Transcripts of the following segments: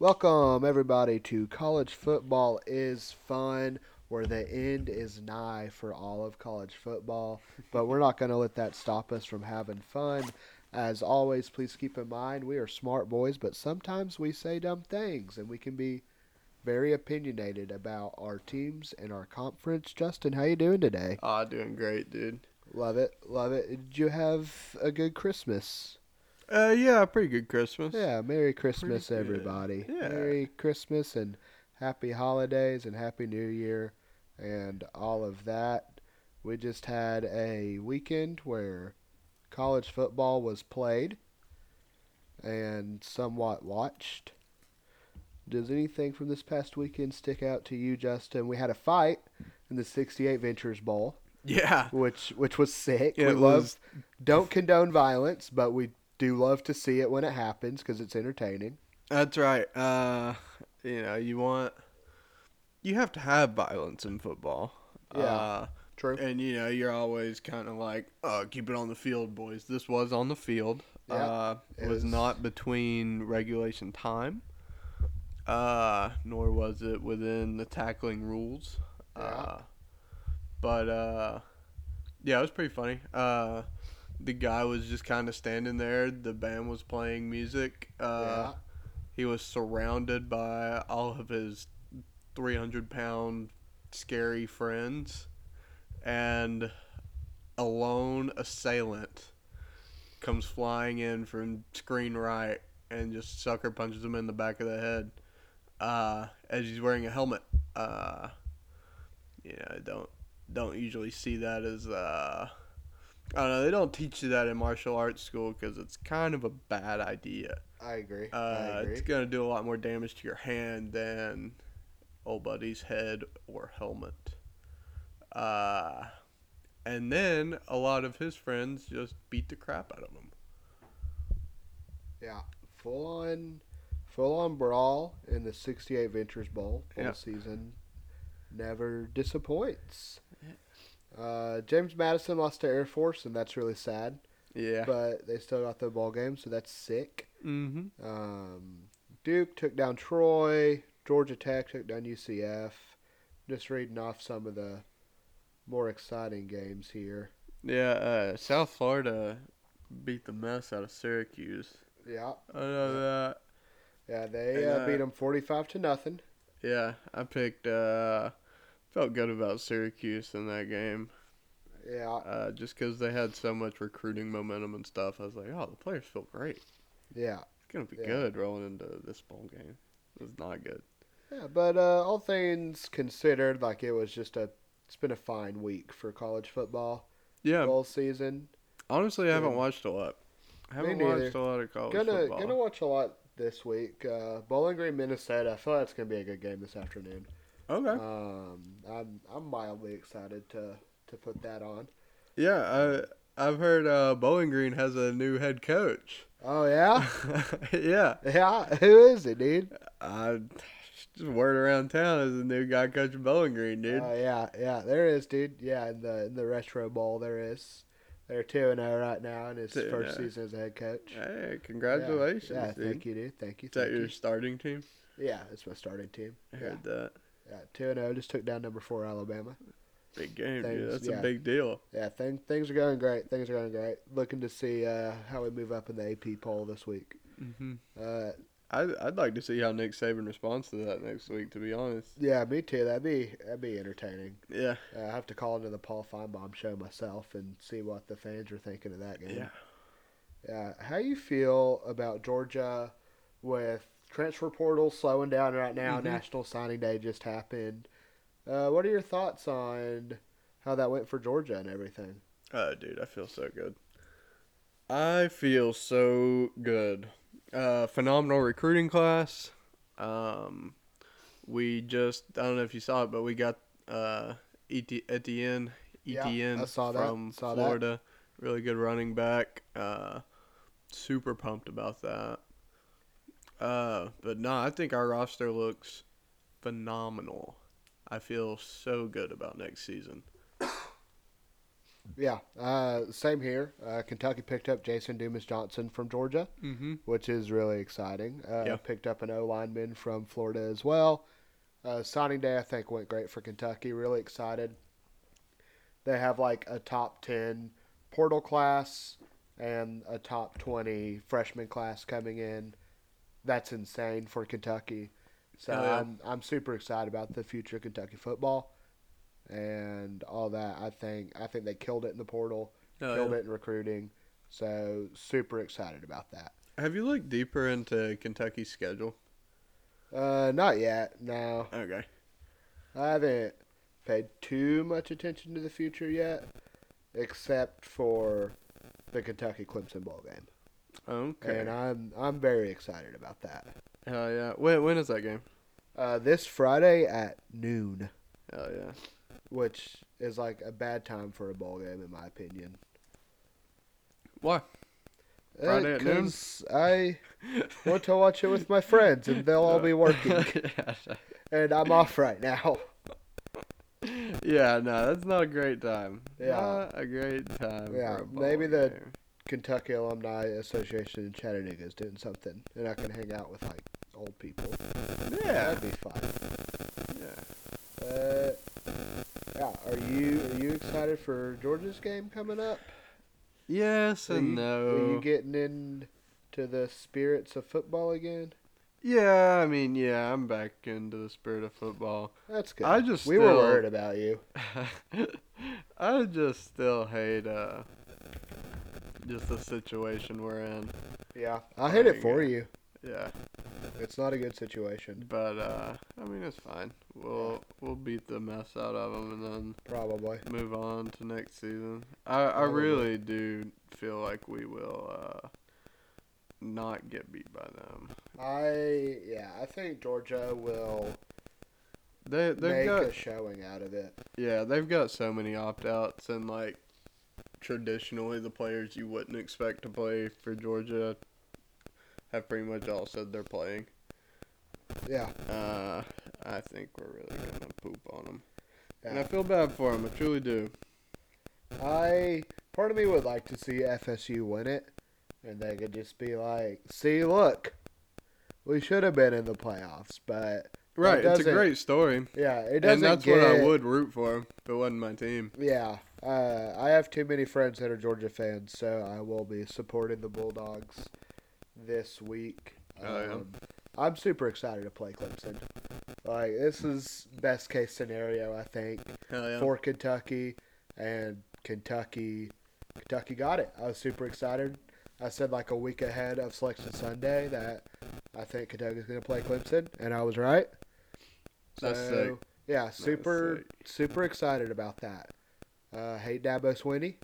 Welcome, everybody, to College Football is Fun, where the end is nigh for all of college football. But we're not going to let that stop us from having fun. As always, please keep in mind we are smart boys, but sometimes we say dumb things and we can be very opinionated about our teams and our conference. Justin, how you doing today? Ah, doing great, dude. Love it, love it. Did you have a good Christmas? Uh, yeah, pretty good Christmas. Yeah, Merry Christmas, good. everybody. Yeah. Merry Christmas and happy holidays and happy New Year and all of that. We just had a weekend where college football was played and somewhat watched. Does anything from this past weekend stick out to you, Justin? We had a fight in the 68 Ventures Bowl, Yeah. which which was sick. Yeah, we it love was- don't condone violence, but we do love to see it when it happens because it's entertaining. That's right. Uh, you know, you want you have to have violence in football. Yeah. Uh, True. and you know, you're always kind of like, "Oh, keep it on the field, boys." This was on the field. Yeah, Uh, it was was- not between regulation time. Uh, nor was it within the tackling rules. Yeah. Uh, but uh, yeah, it was pretty funny. Uh, the guy was just kind of standing there. The band was playing music. Uh, He was surrounded by all of his 300 pound scary friends and a lone assailant comes flying in from screen right and just sucker punches him in the back of the head uh, as he's wearing a helmet. Uh, you know, don't don't usually see that as uh, I don't know. They don't teach you that in martial arts school because it's kind of a bad idea. I agree. I Uh, agree. it's gonna do a lot more damage to your hand than old buddy's head or helmet. Uh, and then a lot of his friends just beat the crap out of him. Yeah, full on, full on brawl in the '68 Ventures Bowl. Full Yeah. season never disappoints. Uh, James Madison lost to Air Force, and that's really sad. Yeah. But they still got the ball game, so that's sick. mm-hmm. Um, Duke took down Troy. Georgia Tech took down UCF. Just reading off some of the more exciting games here. Yeah. Uh, South Florida beat the mess out of Syracuse. Yeah, I know that. yeah, they And, uh, uh, beat them forty-five to nothing. Yeah, I picked. Uh, felt good about Syracuse in that game, Yeah, uh, just because they had so much recruiting momentum and stuff. I was like, oh, the players feel great. yeah. It's gonna be Yeah. good rolling into this bowl game. It's not good. Yeah, but uh, all things considered, like it was just a it's been a fine week for college football Yeah, bowl season. honestly, I haven't Yeah. watched a lot. I haven't neither. watched a lot of college Gonna football. gonna watch a lot this week. Uh, Bowling Green, Minnesota. I feel like it's gonna be a good game this afternoon. okay. Um, I'm I'm mildly excited to to put that on. yeah, I I've heard uh, Bowling Green has a new head coach. Oh yeah, yeah, yeah. Who is it, dude? I just word around town is a new guy coaching Bowling Green, dude. Oh yeah, yeah. There is, dude. Yeah, in the in the retro bowl, there is. They're two and zero right now in his 2 and first 0. season as head coach. Yeah. hey, congratulations, Yeah, dude. thank you, dude. Thank you. Is that thank you. your starting team? Yeah, it's my starting team. I Yeah, heard that. yeah, two and zero. Just took down number four Alabama. Big game, Thanks, dude. That's yeah. a big deal. Yeah, thing, things are going great. Things are going great. Looking to see uh, how we move up in the AP poll this week. Mm-hmm. Uh, I I'd like to see how Nick Saban responds to that next week. To be honest. yeah, me too. That'd be that'd be entertaining. Yeah. Uh, I have to call into the Paul Feinbaum show myself and see what the fans are thinking of that game. Yeah. Yeah, how you feel about Georgia with transfer portal slowing down right now? Mhm. National signing day just happened. Uh, what are your thoughts on how that went for Georgia and everything? Oh, dude, I feel so good. I feel so good. Uh, phenomenal recruiting class. Um, we just, I don't know if you saw it, but we got uh, ET, Etienne, Yeah, Etienne I saw that, from saw that. Florida. Really good running back. Uh, super pumped about that. Uh, but no, I think our roster looks phenomenal. I feel so good about next season. Yeah, uh, same here. Uh, Kentucky picked up Jason Dumas Johnson from Georgia, Mm-hmm. which is really exciting. Uh, Yeah. Picked up an O lineman from Florida as well. Uh, signing day, I think, went great for Kentucky. Really excited. They have like a top 10 portal class and a top 20 freshman class coming in. That's insane for Kentucky. So Oh, yeah. I'm, I'm super excited about the future of Kentucky football and all that. I think I think they killed it in the portal, Uh, killed it in recruiting. So super excited about that. Have you looked deeper into Kentucky's schedule? Uh, not yet. No, Okay. I haven't paid too much attention to the future yet, except for the Kentucky Clemson bowl game, Okay. and I'm I'm very excited about that. Hell yeah. When, when is that game? Uh, this Friday at noon, Hell yeah. which is like a bad time for a bowl game in my opinion. Why? Uh, Friday at noon? 'cause I want to watch it with my friends, and they'll all be working, and I'm off right now. yeah, no, that's not a great time. Yeah. Not a great time. Yeah, for a ball maybe the- game. Kentucky Alumni Association in Chattanooga is doing something, and I can hang out with like old people. Yeah. that'd be fun. Yeah. Uh, yeah, are you are you excited for Georgia's game coming up? Yes are and you, no. Are you getting into the spirits of football again? yeah, I mean, yeah, I'm back into the spirit of football. That's good. I just we were still- worried about you. I just still hate uh just the situation we're in. Yeah, I hate it Like, for uh, you. Yeah. It's not a good situation, But uh I mean it's fine. We'll we'll beat the mess out of them and then probably. move on to next season. I, I Probably. really do feel like we will uh, not get beat by them. I yeah, I think Georgia will They they've make got a showing out of it. yeah they've got so many opt outs and like traditionally the players you wouldn't expect to play for Georgia have pretty much all said they're playing. Yeah, Uh, I think we're really gonna poop on them, and I yeah. feel bad for them. I truly do. I part of me would like to see FSU win it, and they could just be like, "See, look, we should have been in the playoffs, but Right, it's a doesn't- great story, yeah, it doesn't and that's get." what I would root for if it wasn't my team. Yeah, uh, I have too many friends that are Georgia fans, so I will be supporting the Bulldogs this week. Um, Oh, yeah. I'm super excited to play Clemson. Like this is best case scenario, I think. Hell yeah. for Kentucky, and Kentucky, Kentucky got it. I was super excited. I said like a week ahead of Selection Sunday that I think Kentucky's going to play Clemson, and I was right. That's sick. yeah, super sick. super excited about that. Uh, hate Dabo Swinney.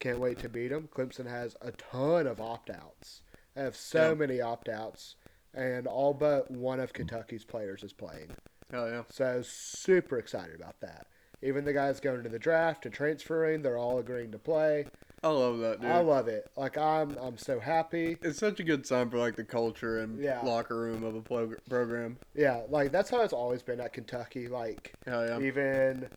Can't wait to beat him. Clemson has a ton of opt outs. They have so Yeah. many opt outs, and all but one of Kentucky's players is playing. Hell yeah. So super excited about that. Even the guys going to the draft and transferring, they're all agreeing to play. I love that, dude. I love it. Like I'm, I'm so happy. it's such a good sign for like the culture and Yeah. locker room of a plog- program. Yeah, like that's how it's always been at Kentucky. Like Hell yeah. even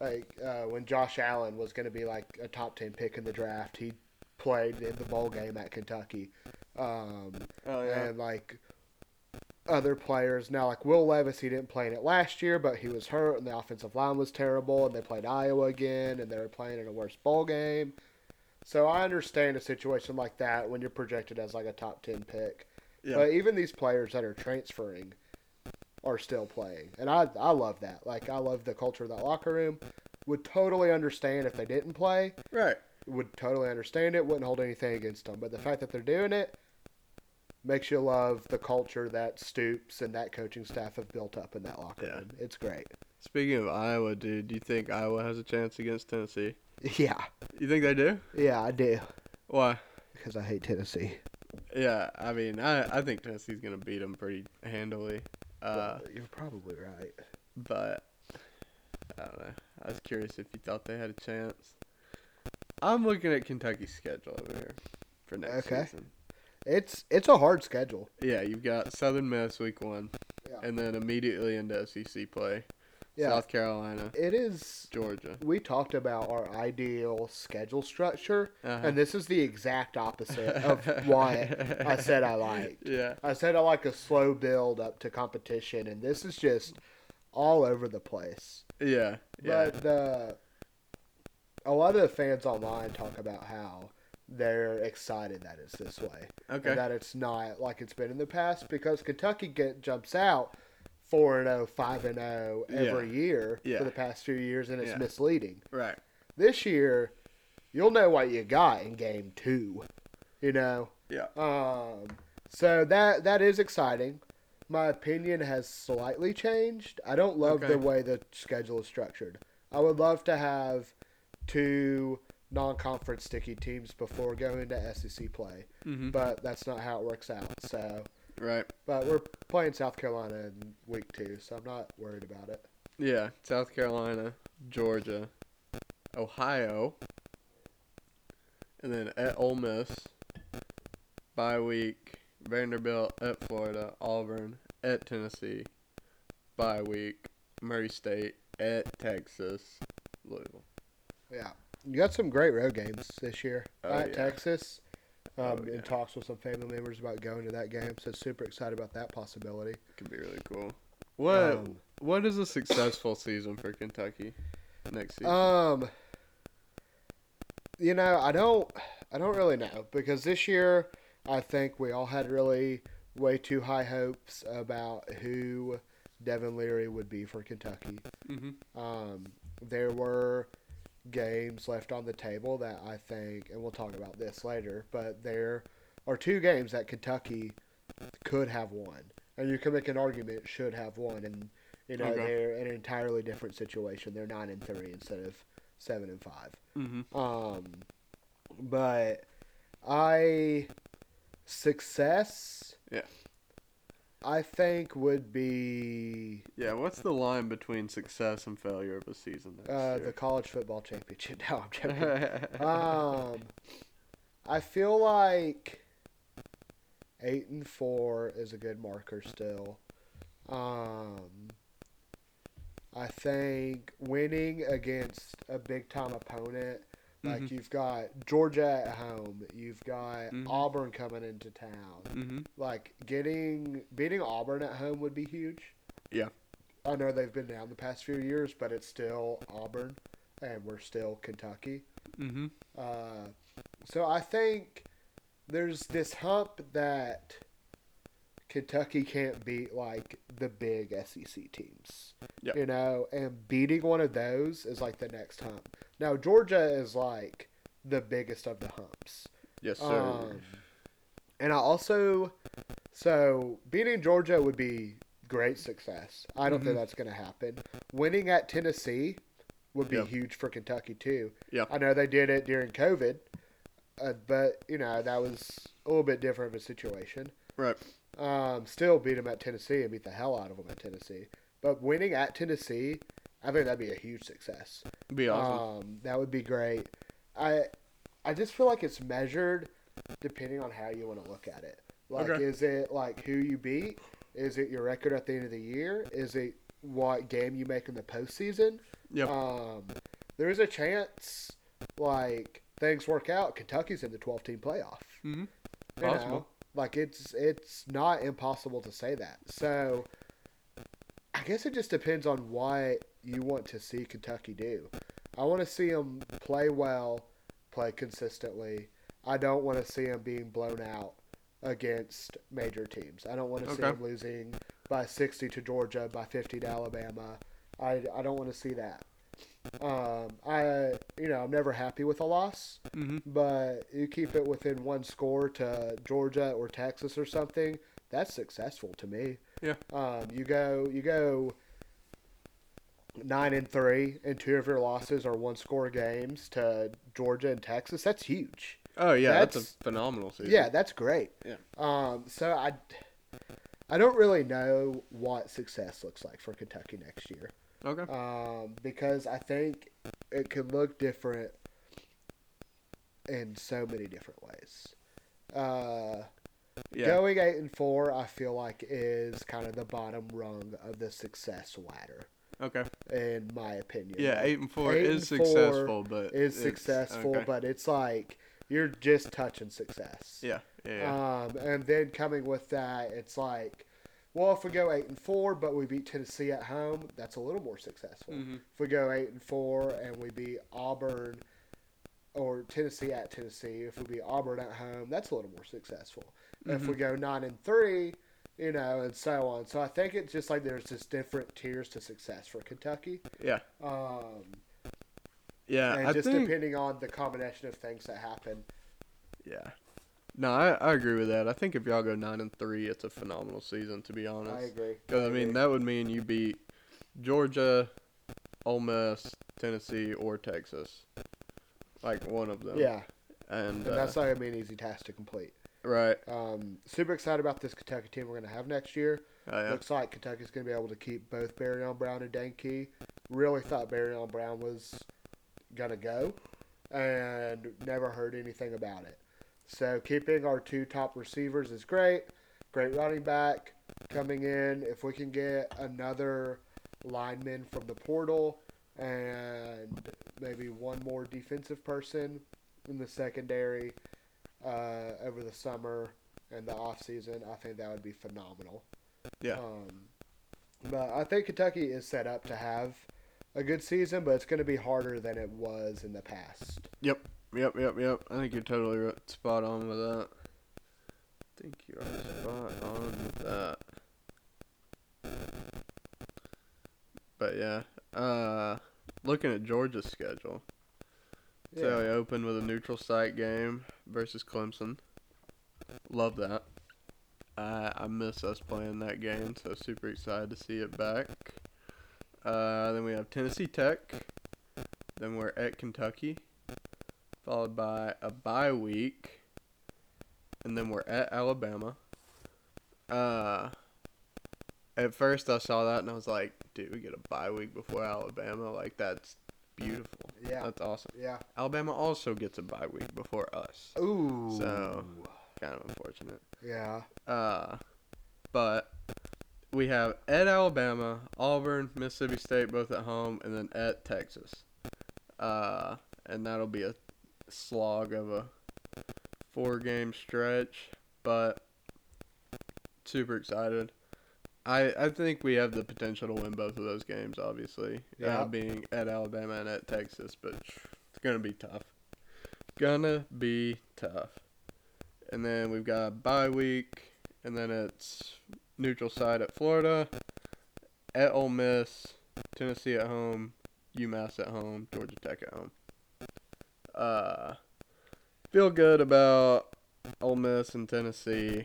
like uh, when Josh Allen was going to be like a top ten pick in the draft, he played in the bowl game at Kentucky. Um, Hell Oh, yeah. and like other players now like will levis he didn't play in it last year but he was hurt and the offensive line was terrible and they played iowa again and they were playing in a worse bowl game so i understand a situation like that when you're projected as like a top 10 pick Yeah. but even these players that are transferring are still playing and i i love that like i love the culture of that locker room would totally understand if they didn't play right. would totally understand it, wouldn't hold anything against them. But the fact that they're doing it makes you love the culture that Stoops and that coaching staff have built up in that locker Yeah. room. It's great. Speaking of Iowa, dude, do you think Iowa has a chance against Tennessee? Yeah. You think they do? Yeah, I do. Why? Because I hate Tennessee. Yeah, I mean, I, I think Tennessee's going to beat them pretty handily. Uh, But You're probably right. but I don't know. I was curious if you thought they had a chance. I'm looking at Kentucky's schedule over here for next Okay. season. It's it's a hard schedule. Yeah, you've got Southern Miss week one, Yeah. and then immediately into SEC play. Yeah. South Carolina, It is. Georgia. We talked about our ideal schedule structure, Uh-huh. and this is the exact opposite of what I said I liked. yeah. I said I like a slow build up to competition, and this is just all over the place. Yeah. Yeah. But uh, a lot of the fans online talk about how they're excited that it's this way. okay. and that it's not like it's been in the past because Kentucky get, jumps out 4 and 0, 5 and 0 every year Yeah. for the past few years and it's Yeah. misleading. right. This year, you'll know what you got in game 2, you know. Yeah. Um so that that is exciting. My opinion has slightly changed. I don't love Okay. the way the schedule is structured. I would love to have two non-conference sticky teams before going to SEC play hmm but that's not how it works out. So, Right. but we're playing South Carolina in week two, so I'm not worried about it. Yeah. South Carolina, Georgia, Ohio, and then at Ole Miss, bye week, Vanderbilt at Florida, Auburn at Tennessee, bye week, Murray State at Texas, Louisville. Yeah, you got some great road games this year Oh, at yeah. Texas. Um, Oh, yeah. In talks with some family members about going to that game, so super excited about that possibility. Could be really cool. What Um, What is a successful season for Kentucky next season? Um, you know, I don't, I don't really know because this year I think we all had really way too high hopes about who Devin Leary would be for Kentucky. hmm um, there were games left on the table that I think, and we'll talk about this later, but there are two games that Kentucky could have won, and you can make an argument should have won, and you know Okay. they're in an entirely different situation. They're nine and three instead of seven and five. hmm Um, but I success. Yeah. I think would be Yeah, what's the line between success and failure of a season next uh, the year? college football championship. No, I'm joking. um, I feel like eight and four is a good marker still. Um, I think winning against a big time opponent, like Mhm. you've got Georgia at home, you've got Mhm. Auburn coming into town hmm like getting beating Auburn at home would be huge. Yeah. I know they've been down the past few years, but it's still Auburn, and we're still Kentucky. hmm Uh, so I think there's this hump that Kentucky can't beat like the big SEC teams. Yeah. You know, and beating one of those is like the next hump. Now Georgia is like the biggest of the humps. Yes, sir. Um, and I also, so beating Georgia would be great success. I don't think Mhm. that's going to happen. Winning at Tennessee would be Yep. huge for Kentucky too. Yep. I know they did it during COVID, uh, but you know that was a little bit different of a situation. right. Um, still beat them at Tennessee and beat the hell out of them at Tennessee. But winning at Tennessee, I think that'd be a huge success. Be awesome. Um, that would be great. I I just feel like it's measured depending on how you want to look at it. Like, Okay. is it like who you beat? Is it your record at the end of the year? Is it what game you make in the postseason? Yep. Um, there is a chance, like things work out. Kentucky's in the twelve team playoff. hmm You know? Possible. Like it's it's not impossible to say that. So I guess it just depends on what you want to see Kentucky do. I want to see them play well, play consistently. I don't want to see them being blown out against major teams. I don't want to see Okay. them losing by 60 to Georgia, by 50 to Alabama. I, I don't want to see that. Um, I you know I'm never happy with a loss, hmm but you keep it within one score to Georgia or Texas or something, that's successful to me. Yeah. Um, you go you go nine and three, and two of your losses are one score games to Georgia and Texas. That's huge. Oh yeah, that's, that's- a phenomenal season. Yeah, that's great. Yeah. Um, so I I don't really know what success looks like for Kentucky next year Okay. um, because I think it can look different in so many different ways. Uh, yeah. Going eight and four, I feel like is kind of the bottom rung of the success ladder. Okay. in my opinion. Yeah, Like, eight and four eight is and four successful, but is it's- successful, okay. but it's like you're just touching success. yeah, yeah, yeah. Um, and then coming with that, it's like, well, if we go eight and four, but we beat Tennessee at home, that's a little more successful. Mhm. If we go eight and four and we beat Auburn or Tennessee at Tennessee, if we beat Auburn at home, that's a little more successful. If Mm-hmm. we go nine and three, you know, and so on. So I think it's just like there's just different tiers to success for Kentucky. yeah, Um, yeah. and I just think depending on the combination of things that happen. yeah. No, I, I agree with that. I think if y'all go nine and three, it's a phenomenal season. To be honest, I agree. Because I mean, agree. that would mean you beat Georgia, Ole Miss, Tennessee, or Texas, like one of them. yeah, and, and uh, that's not gonna be an easy task to complete. right. Um, super excited about this Kentucky team we're going to have next year. Oh, yeah. Looks like Kentucky's going to be able to keep both Barry on Brown and Danke. Really thought Barry on Brown was going to go and never heard anything about it. So keeping our two top receivers is great. Great running back coming in. If we can get another lineman from the portal and maybe one more defensive person in the secondary uh, over the summer and the off season, I think that would be phenomenal. Yeah. Um, but I think Kentucky is set up to have a good season, but it's going to be harder than it was in the past. Yep. Yep. Yep. Yep. I think you're totally ri- spot on with that. I think you're spot on with that. But yeah, uh, looking at Georgia's schedule, So Yeah. they open with a neutral site game versus Clemson. Love that. I I miss us playing that game, so super excited to see it back. Uh, then we have Tennessee Tech. Then we're at Kentucky, followed by a bye week, and then we're at Alabama. Uh, at first I saw that and I was like, dude, we get a bye week before Alabama. Like that's beautiful. Yeah. that's awesome. Yeah. Alabama also gets a bye week before us. Ooh. So- Kind of unfortunate. Yeah. Uh, but we have at Alabama, Auburn, Mississippi State, both at home, and then at Texas. Uh, and that'll be a slog of a four game stretch, but super excited. I, I think we have the potential to win both of those games, obviously. Uh, Yeah. being at Alabama and at Texas, but it's going to be tough. Gonna be tough. And then we've got a bye week, and then it's neutral side at Florida, at Ole Miss, Tennessee at home, UMass at home, Georgia Tech at home. Uh, feel good about Ole Miss and Tennessee.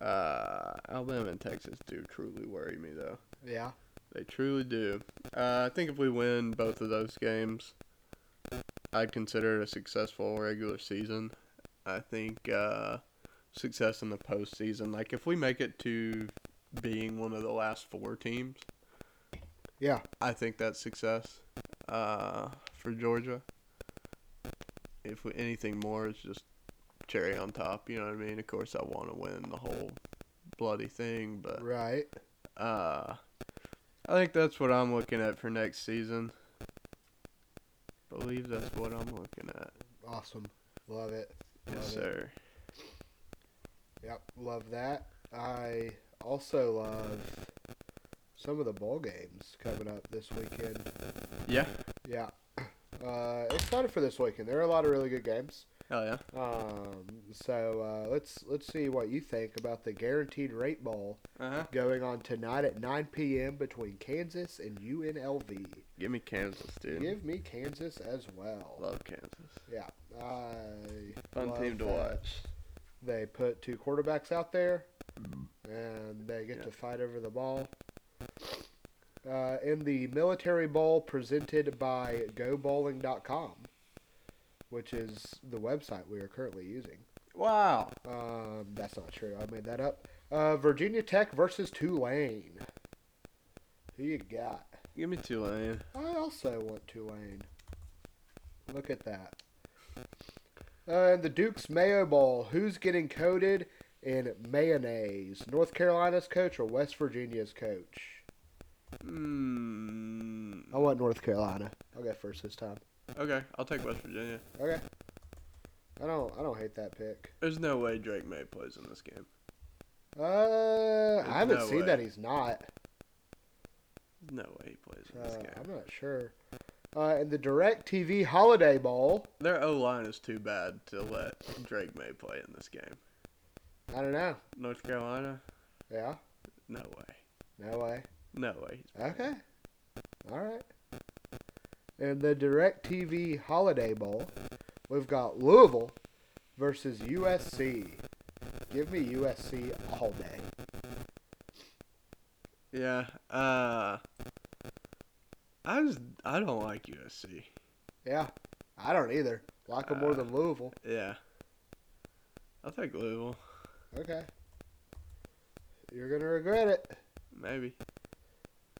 Uh, Alabama and Texas do truly worry me though. Yeah. They truly do. Uh, I think if we win both of those games, I'd consider it a successful regular season. I think uh, success in the postseason. Like if we make it to being one of the last four teams, Yeah. I think that's success uh, for Georgia. If we, anything more is just cherry on top, you know what I mean. Of course, I want to win the whole bloody thing, but Right. uh, I think that's what I'm looking at for next season. Believe that's what I'm looking at. Awesome. Love it. Yes, Love it. sir. Yep. Love that. I also love some of the bowl games coming up this weekend. Yeah. Yeah. Uh, excited for this weekend. There are a lot of really good games. Hell yeah. Um, so uh, let's let's see what you think about the guaranteed rate bowl Uh huh. going on tonight at 9 p.m. between Kansas and UNLV. Give me Kansas, dude. Give me Kansas as well. Love Kansas. Yeah, I Fun love team to that watch. They put two quarterbacks out there, and they get Yeah. to fight over the ball. Uh, in the Military Bowl presented by GoBowling.com, which is the website we are currently using. Wow. Um, that's not true. I made that up. Uh, Virginia Tech versus Tulane. Who you got? Give me Tulane. I also want Tulane. Look at that. Uh, and the Duke's Mayo Bowl. Who's getting coated in mayonnaise? North Carolina's coach or West Virginia's coach? Mm, I want North Carolina. I'll go first this time. okay, I'll take West Virginia. Okay. I don't. I don't hate that pick. There's no way Drake May plays in this game. Uh, I haven't no seen way. that he's not. There's no way he plays in Uh, this game. I'm not sure. Uh, and the Direct TV Holiday Bowl. Their O line is too bad to let Drake May play in this game. I don't know. North Carolina, Yeah. no way, No way. no way. He's playing. Okay. All right. And the Direct TV Holiday Bowl. We've got Louisville versus USC. Give me USC all day. Yeah. Uh, I just I don't like USC. Yeah. I don't either. Like them more Uh, than Louisville. Yeah. I'll take Louisville. Okay. You're gonna regret it. Maybe.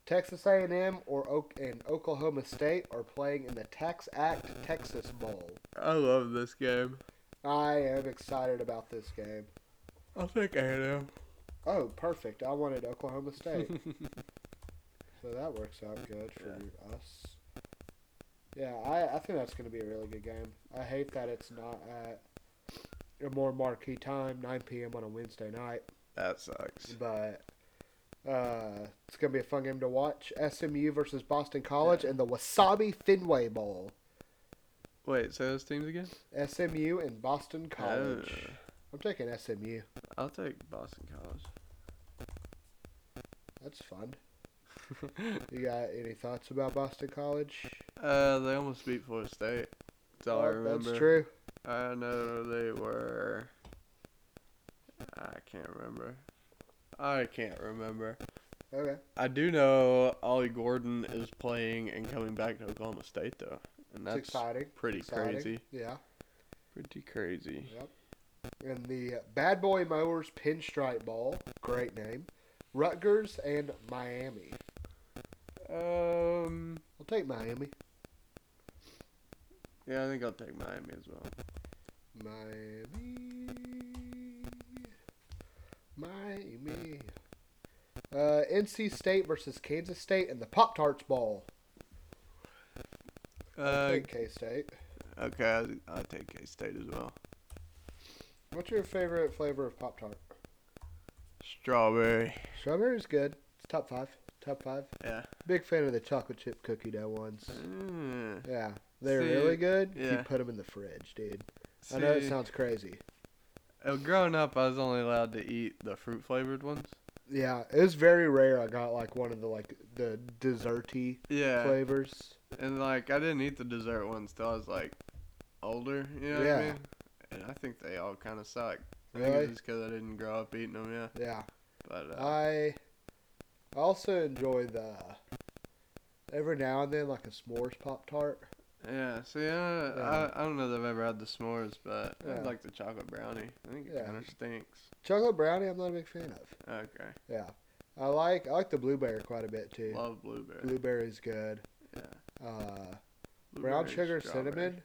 Texas A&M or Oak and Oklahoma State are playing in the Tax Act Texas Bowl. I love this game. I am excited about this game. I'll take A&M. Oh, perfect. I wanted Oklahoma State. so that works out good for us. Yeah, I, I think that's going to be a really good game. I hate that it's not at a more marquee time, 9 p.m. on a Wednesday night, That sucks. but uh, it's going to be a fun game to watch. SMU versus Boston College and the Wasabi Fenway Bowl. Wait, say those teams again? SMU and Boston College. Uh, I'm taking SMU. I'll take Boston College. That's fun. You got any thoughts about Boston College? uh, they almost beat Florida State. That's all I Oh, remember. That's true. I know they were. I can't remember. I can't remember. Okay. I do know Ollie Gordon is playing and coming back to Oklahoma State though, and It's that's exciting. pretty Exciting. crazy. Yeah. Pretty crazy. And the Bad Boy Mowers Pinstripe Bowl, great name. Rutgers and Miami. Um. I'll take Miami. Yeah, I think I'll take Miami as well. Miami. Miami. Uh, NC State versus Kansas State and the Pop Tarts Bowl. Uh, Take K State. okay, I'll- I'll take K State as well. What's your favorite flavor of Pop Tart? Strawberry. Strawberry's good. It's top five. Top five. Yeah. Big fan of the chocolate chip cookie dough ones. Mm, Yeah. They're See, really good. You yeah. put them in the fridge, dude. I know it see, sounds crazy. uh, growing up, I was only allowed to eat the fruit flavored ones. Yeah, it was very rare. I got like one of the like the desserty Yeah. flavors. And like I didn't eat the dessert ones till I was like older, you know what I Yeah. mean? And I think they all kind of suck. I think Really? it's just because I didn't grow up eating them, yeah. Yeah. But uh, I I also enjoy the every now and then like a s'mores pop tart. yeah, see, I, Yeah. I I don't know that I've ever had the s'mores, but Yeah. I like the chocolate brownie. I think it Yeah. kind of stinks. Chocolate brownie, I'm not a big fan of. Okay, Yeah, I like I like the blueberry quite a bit too. love blueberry. Blueberry's good. yeah, Uh, brown Blueberry, sugar strawberry. cinnamon.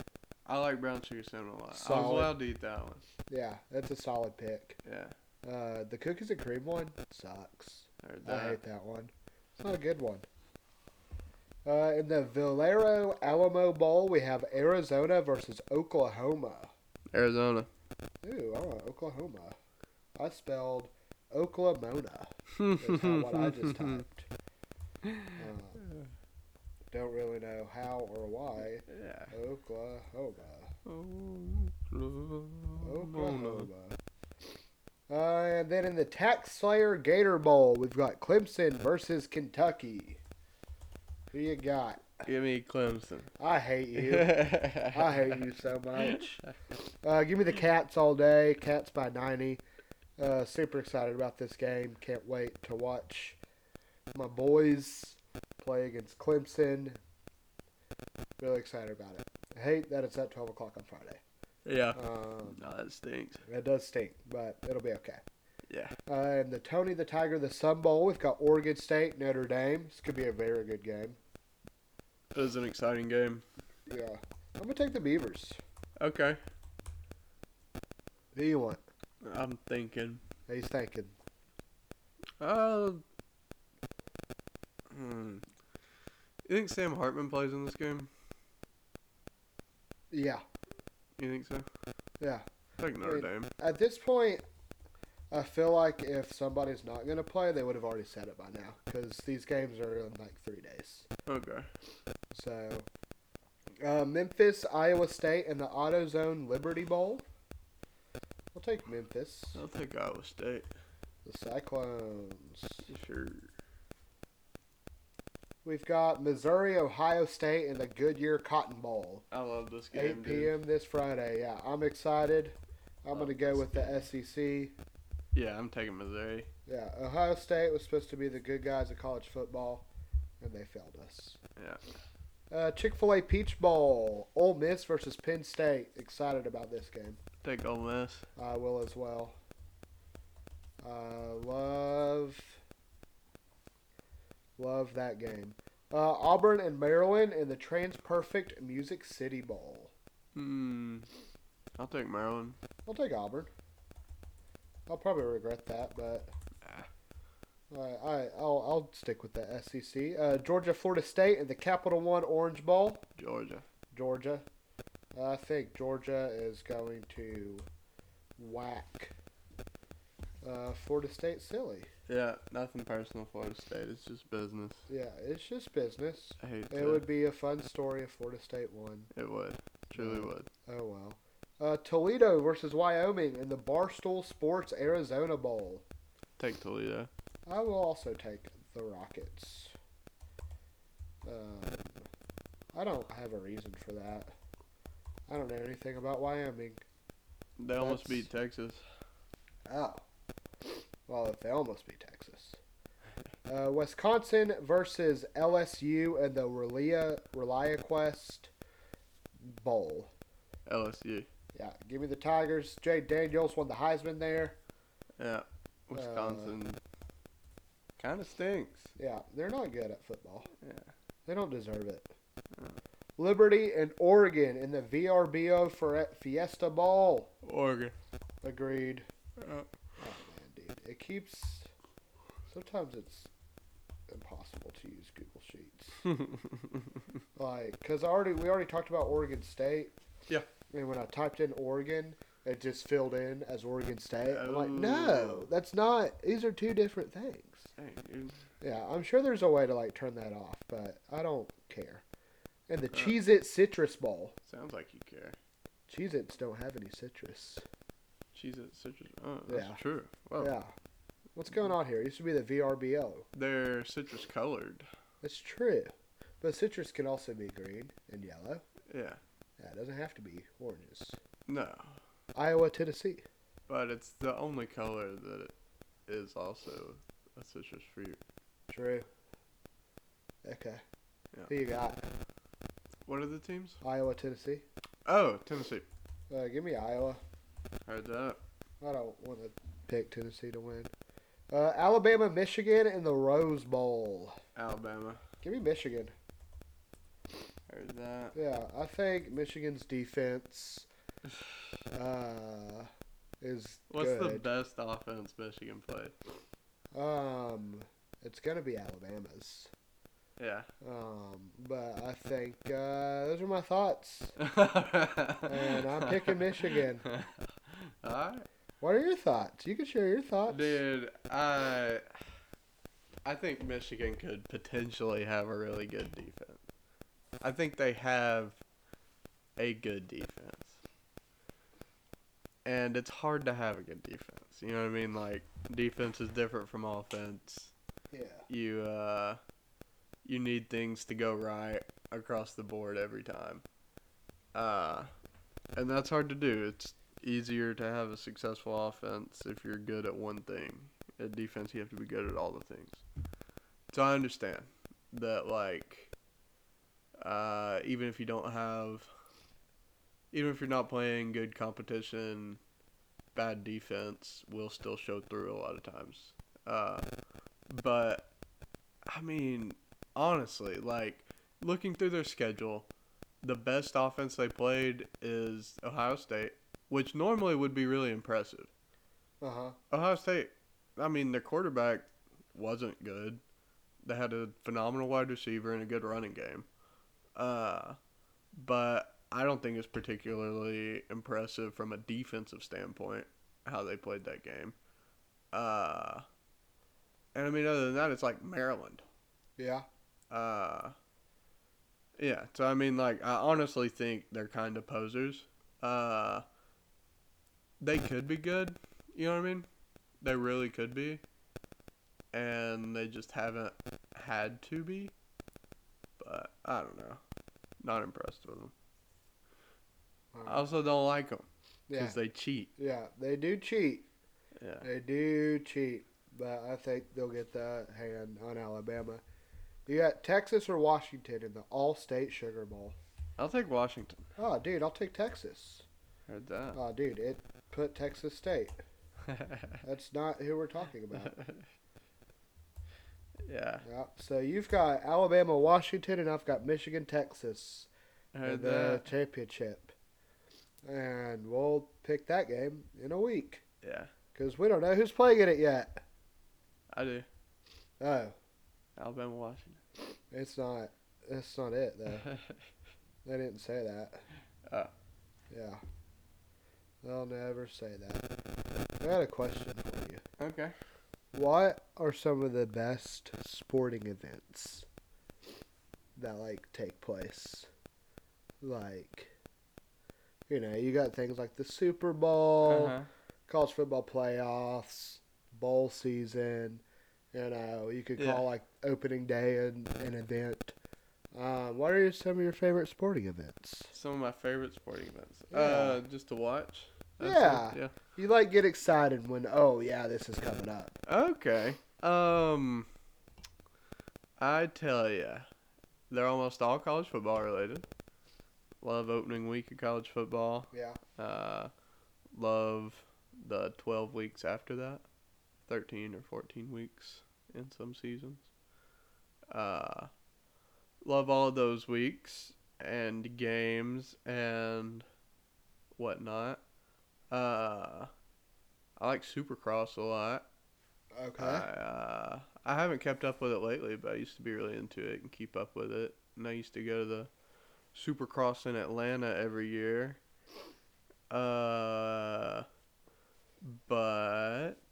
I like brown sugar cinnamon a lot. I Solid. was allowed to eat that one. Yeah, that's a solid pick. Yeah, Uh, the cookies and cream one sucks. or I that. hate that one. It's not a good one. Uh, in the Valero Alamo Bowl, we have Arizona versus Oklahoma. Arizona. Ooh, I want Oklahoma. I spelled Oklahoma. That's how, what I just yeah, typed. Uh, don't really know how or why. Oklahoma. Oh, Oklahoma. Oklahoma. Oh, Uh, and then in the Tax Slayer Gator Bowl, we've got Clemson versus Kentucky. Who you got? Give me Clemson. I hate you. I I hate you so much. Uh, give me the Cats all day. Cats by 90. Uh, super excited about this game. Can't wait to watch my boys play against Clemson. Really excited about it. I hate that it's at 12 o'clock on Friday. Yeah. Um, No, that stinks. it does stink, but it'll be okay. Yeah. Uh, and the Tony the Tiger, the Sun Bowl. We've got Oregon State, Notre Dame. This could be a very good game. It was an exciting game. Yeah. I'm going to take the Beavers. Okay. Who you want? I'm thinking. He's thinking. Uh, Hmm. You think Sam Hartman plays in this game? Yeah, You think so? yeah. It's like Notre Wait. Dame. At this point, I feel like if somebody's not going to play, they would have already said it by now because these games are in like three days. Okay. So, uh, Memphis, Iowa State, and the AutoZone Liberty Bowl. I'll take Memphis. I'll take Iowa State. The Cyclones. Sure. We've got Missouri, Ohio State, and the Goodyear Cotton Bowl. I love this game. 8 dude. p.m. this Friday. Yeah, I'm excited. I'm going to go with the SEC. Yeah, I'm taking Missouri. Yeah, Ohio State was supposed to be the good guys of college football, and they failed us. Yeah. Uh, Chick fil A Peach Bowl. Ole Miss versus Penn State. Excited about this game. Take Ole Miss. I will as well. Uh, love. Love that game. Uh, Auburn and Maryland in the Trans Perfect Music City Bowl. Hmm. I'll take Maryland. I'll take Auburn. I'll probably regret that, but Ah. I, I I'll, I'll stick with the SEC. Uh, Georgia, Florida State, and the Capital One Orange Bowl. Georgia. Georgia, I think Georgia is going to whack uh, Florida State silly. Yeah, nothing personal. Florida State. It's just business. Yeah, it's just business. I hate It would be a fun story if Florida State won. It would. Truly Yeah. would. Oh well. Uh, Toledo versus Wyoming in the Barstool Sports Arizona Bowl. Take Toledo. I will also take the Rockets. Um, I don't have a reason for that. I don't know anything about Wyoming. They almost That's- beat Texas. Oh. Well, if they almost beat Texas. Uh, Wisconsin versus LSU and the Relia ReliaQuest Bowl. LSU. Yeah, give me the Tigers. Jay Daniels won the Heisman there. Yeah. Uh, Wisconsin. kind of stinks. Yeah, they're not good at football. Yeah. They don't deserve it. Liberty and Oregon in the VRBO for Fiesta Bowl. Oregon. Agreed. Yeah. Oh man, dude, it keeps. Sometimes it's impossible to use Google Sheets. Like, cause I already we already talked about Oregon State. Yeah. And when I typed in Oregon, it just filled in as Oregon State. I'm like, Oh. no, that's not. These are two different things. Dang, dude. Yeah, I'm sure there's a way to like turn that off, but I don't care. And Uh. the Cheez It Citrus Bowl. Sounds like you care. Cheez Its don't have any citrus. Cheese at citrus. Oh, that's Yeah. true. Well, Yeah. What's going on here? It used to be the VRBO. they're citrus colored. That's true. But citrus can also be green and yellow. Yeah. Yeah, it doesn't have to be oranges. No, Iowa, Tennessee. but it's the only color that it is also a citrus fruit. True. Okay. Yeah. Who you got? What are the teams? Iowa, Tennessee. Oh, Tennessee. Uh, give me Iowa. Heard that. I don't want to pick Tennessee to win. Uh, Alabama, Michigan, and the Rose Bowl. Alabama. Give me Michigan. Heard that. Yeah, I think Michigan's defense uh, is What's the good. best offense Michigan played? um, it's gonna be Alabama's. Yeah. Um, but I think uh, those are my thoughts. And I'm picking Michigan. All What are your thoughts? You can share your right, thoughts. dude. I I think Michigan could potentially have a really good defense. I think they have a good defense, and it's hard to have a good defense. You know what I mean? Like defense is different from offense. Yeah, You uh, you need things to go right across the board every time. Uh, and that's hard to do. It's easier to have a successful offense if you're good at one thing. At defense, you have to be good at all the things. So I understand that, like, uh, even if you don't have, even if you're not playing good competition, bad defense will still show through a lot of times. Uh, but, I mean, honestly, like, looking through their schedule, the best offense they played is Ohio State, which normally would be really impressive. uh huh. Ohio State, I mean, their quarterback wasn't good. They had a phenomenal wide receiver and a good running game. Uh, but I don't think it's particularly impressive from a defensive standpoint how they played that game. Uh, and I mean, other than that, it's like Maryland. Yeah. Uh, yeah. So I mean, like, I honestly think they're kind of posers. Uh, they could be good. You know what I mean? They really could be, and they just haven't had to be. But I don't know. Not impressed with them. I also don't like them Yeah. because they cheat. yeah. They do cheat. Yeah. They do cheat, but I think they'll get the hand on Alabama. You got Texas or Washington in the All-State Sugar Bowl. I'll take Washington. Oh, dude, I'll take Texas. Heard that. Oh, dude, it put Texas State. That's not who we're talking about. yeah. yeah. So you've got Alabama, Washington, and I've got Michigan, Texas in Heard the that. championship. And we'll pick that game in a week Yeah. because we don't know who's playing in it yet. I do. Oh, Alabama, Washington. it's not. That's not it though. They didn't say that. Oh. Yeah. They'll never say that. I got a question for you. okay. What are some of the best sporting events that like take place? Like you know, you got things like the Super Bowl, Uh-huh. college football playoffs, bowl season, you know, you could call Yeah. like opening day an, an event. Um, what are your- some of your favorite sporting events? Some of my favorite sporting events. Yeah. Uh, just to watch. it, Yeah. You like get excited when oh yeah, this is coming up. Okay. Um, I tell ya, they're almost all college football related. Love opening week of college football. Yeah. Uh, love the 12 weeks after that, 13 or 14 weeks in some seasons. Uh, love all of those weeks and games and whatnot. Uh, I like Supercross a lot. Okay. I, uh, I haven't kept up with it lately, but I used to be really into it and keep up with it. And I used to go to the Supercross in Atlanta every year. Uh, but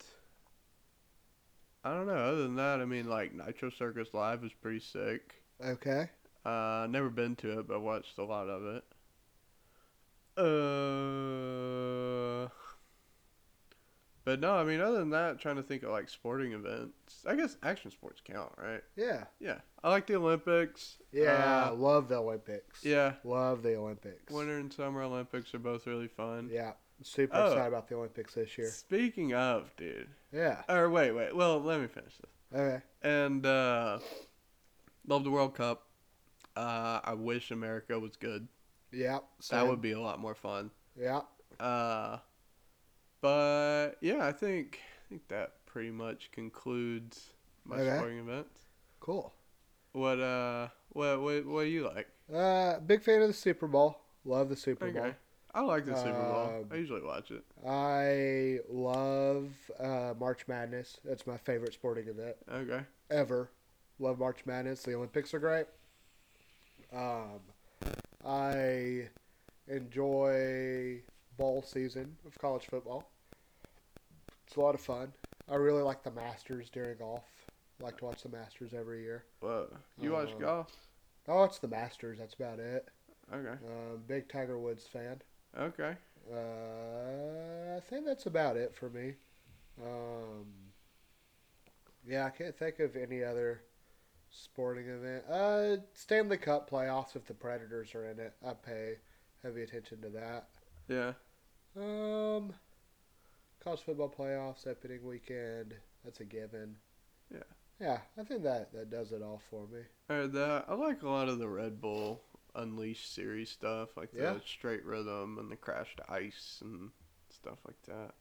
I don't know. Other than that, I mean, like Nitro Circus Live is pretty sick. okay. Uh, never been to it, but watched a lot of it. Uh, but no, I mean, other than that, trying to think of like sporting events. I guess action sports count, right? Yeah. Yeah, I like the Olympics. Yeah. Uh, love the Olympics. yeah. Love the Olympics. Winter and Summer Olympics are both really fun. Yeah. Super Oh. excited about the Olympics this year. Speaking of, dude. Yeah. Or wait, wait. Well, let me finish this. Okay. And uh, love the World Cup. Uh, I wish America was good. Yeah. That would be a lot more fun. Yeah. Uh, but yeah, I think I think that pretty much concludes my Okay. sporting events. Cool. What uh, what what what do you like? Uh, big fan of the Super Bowl. Love the Super Okay, I like the Super Bowl. Um, I usually watch it. Bowl. I love uh, March Madness. That's my favorite sporting event Okay, ever. Love March Madness. The Olympics are great. Um, I enjoy ball season of college football. It's a lot of fun. I really like the Masters during golf. I like to watch the Masters every year. well, you watch Uh, golf? Oh, it's the Masters. That's about it. Okay, Um, big Tiger Woods fan. okay, Uh, I think that's about it for me. Um, yeah, I can't think of any other sporting event. Uh, Stanley Cup playoffs if the Predators are in it. I pay heavy attention to that. yeah, Um, college football playoffs opening weekend. That's a given. Yeah. Yeah, I think that that does it all for me. or that. I like a lot of the Red Bull Unleashed series stuff, like the Yeah. Straight Rhythm and the Crash to Ice and stuff like that.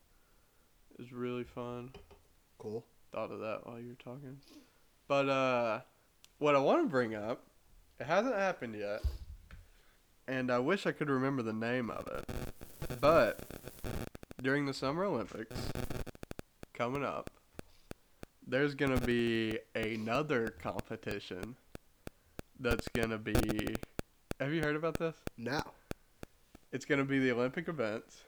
It was really fun. Cool. thought of that while you were talking. But uh, what I want to bring up, it hasn't happened yet, and I wish I could remember the name of it. But during the Summer Olympics coming up, there's gonna be another competition that's gonna be. Have you heard about this? No. It's gonna be the Olympic events,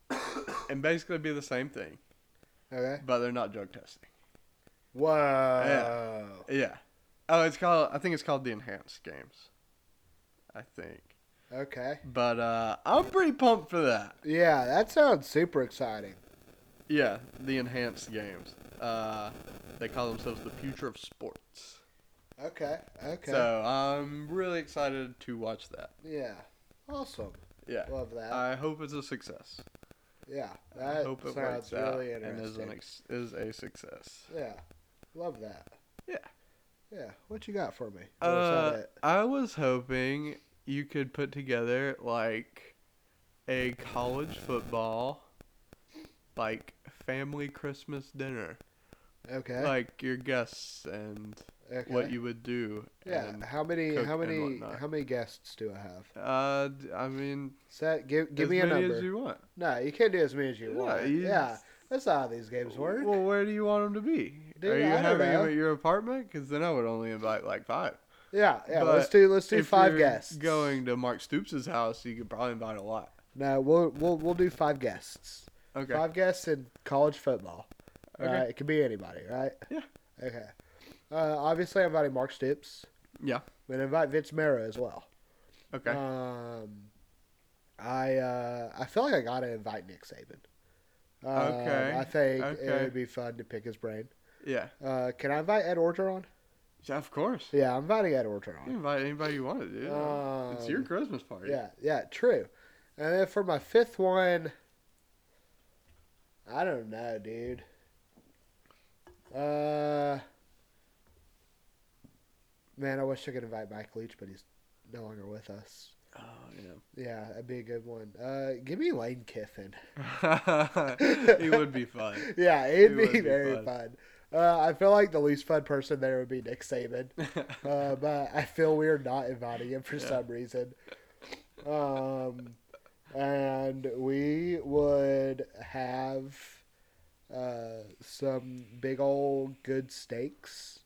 and basically be the same thing, Okay. but they're not drug testing. Whoa. Yeah. Oh, it's called. I think it's called the Enhanced Games. I think. Okay. But uh, I'm pretty pumped for that. Yeah, that sounds super exciting. Yeah, the Enhanced Games. Uh, they call themselves the future of sports. Okay. Okay. So I'm really excited to watch that. yeah. Awesome. Yeah. Love that. I hope it's a success. yeah. Uh, That I hope it sounds works really out and is, interesting. an ex- is a success. yeah. Love that. Yeah. Yeah. What you got for me? Or is that Uh, it? I was hoping you could put together like a college football, like family Christmas dinner, Okay. like your guests and Eh? okay. what you would do. Yeah. And, How many? cook How and many? whatnot. How many guests do I have? uh, d- I mean, Set. Give. Give as me a many number. as you want. No, you can't do as many as you Yeah, want. you yeah, just- that's not how these games work. Well, where do you want them to be? Dude, Are you I don't having know. them at your apartment? Because then I would only invite like five. yeah, yeah. but Let's do let's do if 5 you're guests. Going to Mark Stoops' house, you could probably invite a lot. No, we'll we'll we'll do five guests. Okay. Five guests in college football. Okay. Right? It could be anybody, right? Yeah. Okay. Uh, obviously, I'm inviting Mark Stoops. Yeah. I'm gonna invite Vince Mara as well. Okay. Um, I uh, I feel like I gotta invite Nick Saban. Um, Okay, I think it okay. would be fun to pick his brain. yeah. Uh, can I invite Ed Orgeron? Yeah, of course. Yeah, I'm inviting Ed Orgeron. You invite anybody you want to, dude. it's your Um, Christmas party. Yeah, yeah, true. And then for my fifth one, I don't know, dude. Uh, man, I wish I could invite Mike Leach, but he's no longer with us. Oh, Yeah, that'd be a good one. Uh, give me Lane Kiffin. yeah. it would be fun. Yeah, it'd It be, would be very fun. fun. Uh, I feel like the least fun person there would be Nick Saban, uh, but I feel we're not inviting him for Yeah. some reason. Um, and we would have uh, some big old good steaks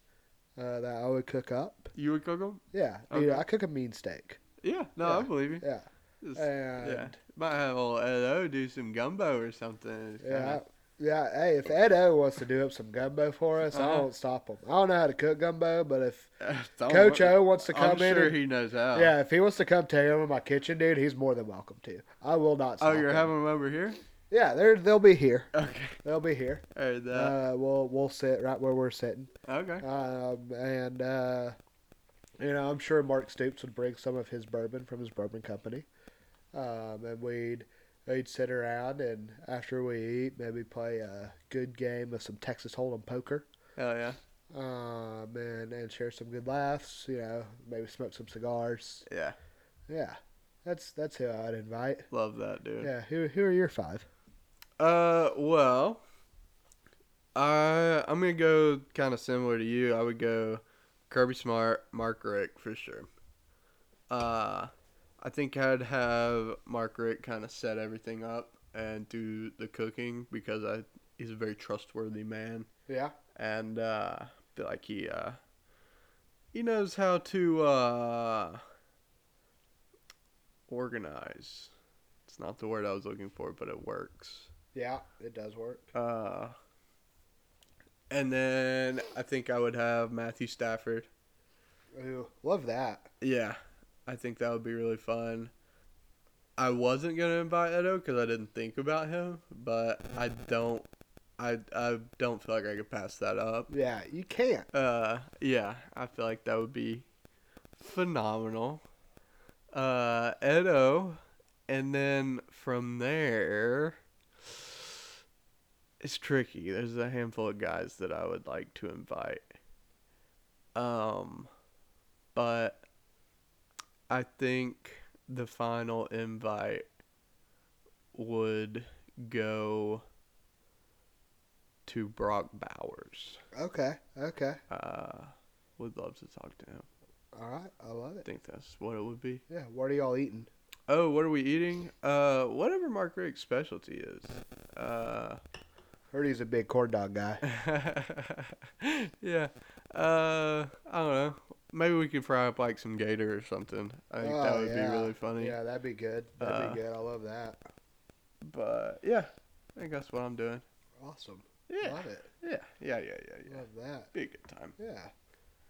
uh, that I would cook up. You would cook them? Yeah, dude, Okay. I cook a mean steak. Yeah. No, I Yeah. believe you. Yeah, Uh, Just- and yeah. Might have old Edo do some gumbo or something. It's Yeah. kinda- Yeah, hey, if Edo wants to do up some gumbo for us, I Uh-huh. won't stop him. I don't know how to cook gumbo, but if It's all Coach work- O wants to come I'm in, sure and- he knows how. yeah, if he wants to come tear over my kitchen, dude, he's more than welcome to. I will not. Stop Oh, you're him. having them over here? Yeah, they're they'll be here. Okay. They'll be here. Or that. Uh, we'll we'll sit right where we're sitting. okay. Um, and uh, you know, I'm sure Mark Stoops would bring some of his bourbon from his bourbon company, um, and we'd we'd sit around and after we eat, maybe play a good game of some Texas Hold'em poker, Hell yeah. um, and and share some good laughs. You know, maybe smoke some cigars. Yeah. Yeah, that's that's who I'd invite. Love that, dude. Yeah, who who are your five? Uh, well, I I'm gonna go kind of similar to you. I would go Kirby Smart, Mark Rick for sure. Uh, I think I'd have Mark Rick kind of set everything up and do the cooking because I he's a very trustworthy man Yeah, and uh, I feel like he uh, he knows how to uh, organize. It's not the word I was looking for, but it works. yeah, it does work. Uh, and then I think I would have Matthew Stafford. Ooh, love that. Yeah, I think that would be really fun. I wasn't gonna invite Edo because I didn't think about him, but I don't, I I don't feel like I could pass that up. Yeah, you can't. Uh, yeah, I feel like that would be phenomenal. Uh, Edo, and then from there, it's tricky. There's a handful of guys that I would like to invite. Um, but I think the final invite would go to Brock Bowers Okay, okay, uh, would love to talk to him. all right, I love I it. think that's what it would be. Yeah, what are y'all eating? Oh, what are we eating? Uh, whatever Mark Rick's specialty is. Uh, Heard he's a big corn dog guy. yeah. Uh, I don't know. Maybe we could fry up like some gator or something. I think that Oh, would yeah. be really funny. Yeah, that'd be good. That'd Uh, be good. I love that. But yeah, I think that's what I'm doing. Awesome. Yeah. Love it. Yeah. Yeah. Yeah. Yeah. Yeah. Love that. Be a good time. Yeah.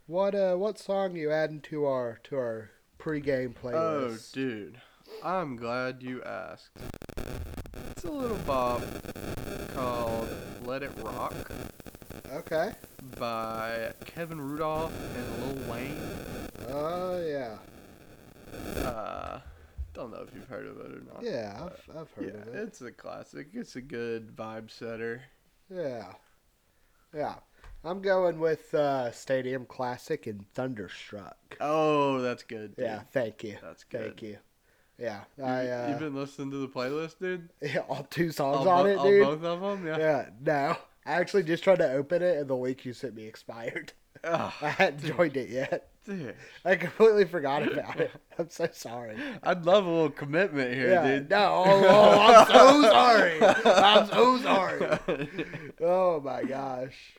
What uh what song you adding to our to our pregame Oh, playlist? dude. I'm glad you asked. It's a little bop called Let It Rock Okay. by Kevin Rudolph and Lil Wayne. Oh yeah. Uh, don't know if you've heard of it or not. Yeah, I've I've heard yeah, of it. it's a classic. It's a good vibe setter. Yeah. Yeah. I'm going with uh Stadium Classic and Thunderstruck. Oh, that's good. Dude. Yeah, thank you. that's good. E Thank you. Yeah. You, I have uh been listening to the playlist, dude. yeah, all two songs All on bo- it, all dude. both of them. Yeah. Yeah, no. I actually just tried to open it and the link you sent me expired. I Ah, hadn't joined it yet. dude. I completely forgot about it. I'm so sorry. I'd love a little commitment here, Yeah, dude. no, oh, oh, I'm so sorry. I'm so sorry. Oh my gosh.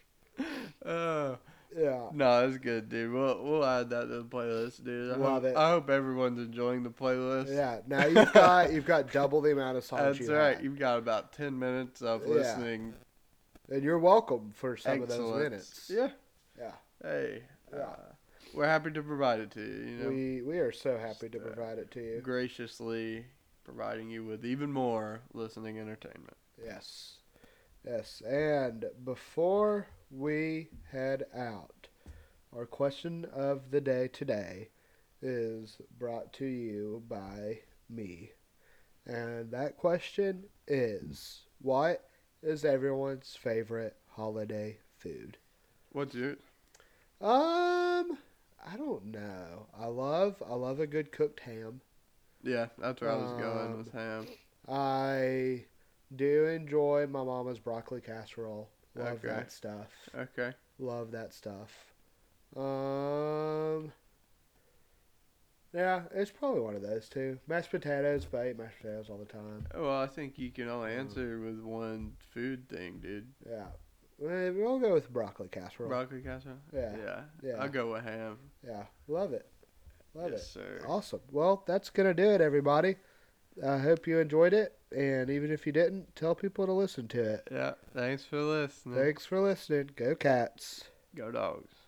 Uh, Yeah. no, that's good, dude. We'll, we'll add that to the playlist, dude. I Love hope, it. I hope everyone's enjoying the playlist. Yeah. Now you've got you've got double the amount of songs That's you right. had. You've got about ten minutes of Yeah. listening. And you're welcome for some of those Excellent. minutes. Yeah. Yeah. Hey. Yeah. uh, we're happy to provide it to you. You know. We we are so happy to Just, uh, provide it to you. graciously providing you with even more listening entertainment. Yes. Yes. And before we head out, our question of the day today is brought to you by me. And that question is what is everyone's favorite holiday food? What's your Um I don't know. I love I love a good cooked ham. Yeah, that's where I was going Um, with ham. I do enjoy my mama's broccoli casserole. Love Okay. that stuff. Okay. Love that stuff. Um, yeah, it's probably one of those two. Mashed potatoes, but I eat mashed potatoes all the time. Well, I think you can mm. only answer with one food thing, dude. Yeah, Eh, we'll go with broccoli casserole. Broccoli casserole. Yeah, Yeah. yeah. I'll go with ham. yeah, love it, love yes, it. sir. Awesome. Well, that's gonna do it, everybody. I hope you enjoyed it, and even if you didn't, tell people to listen to it. Yeah. Thanks for listening. Thanks for listening. Go Cats. Go dogs.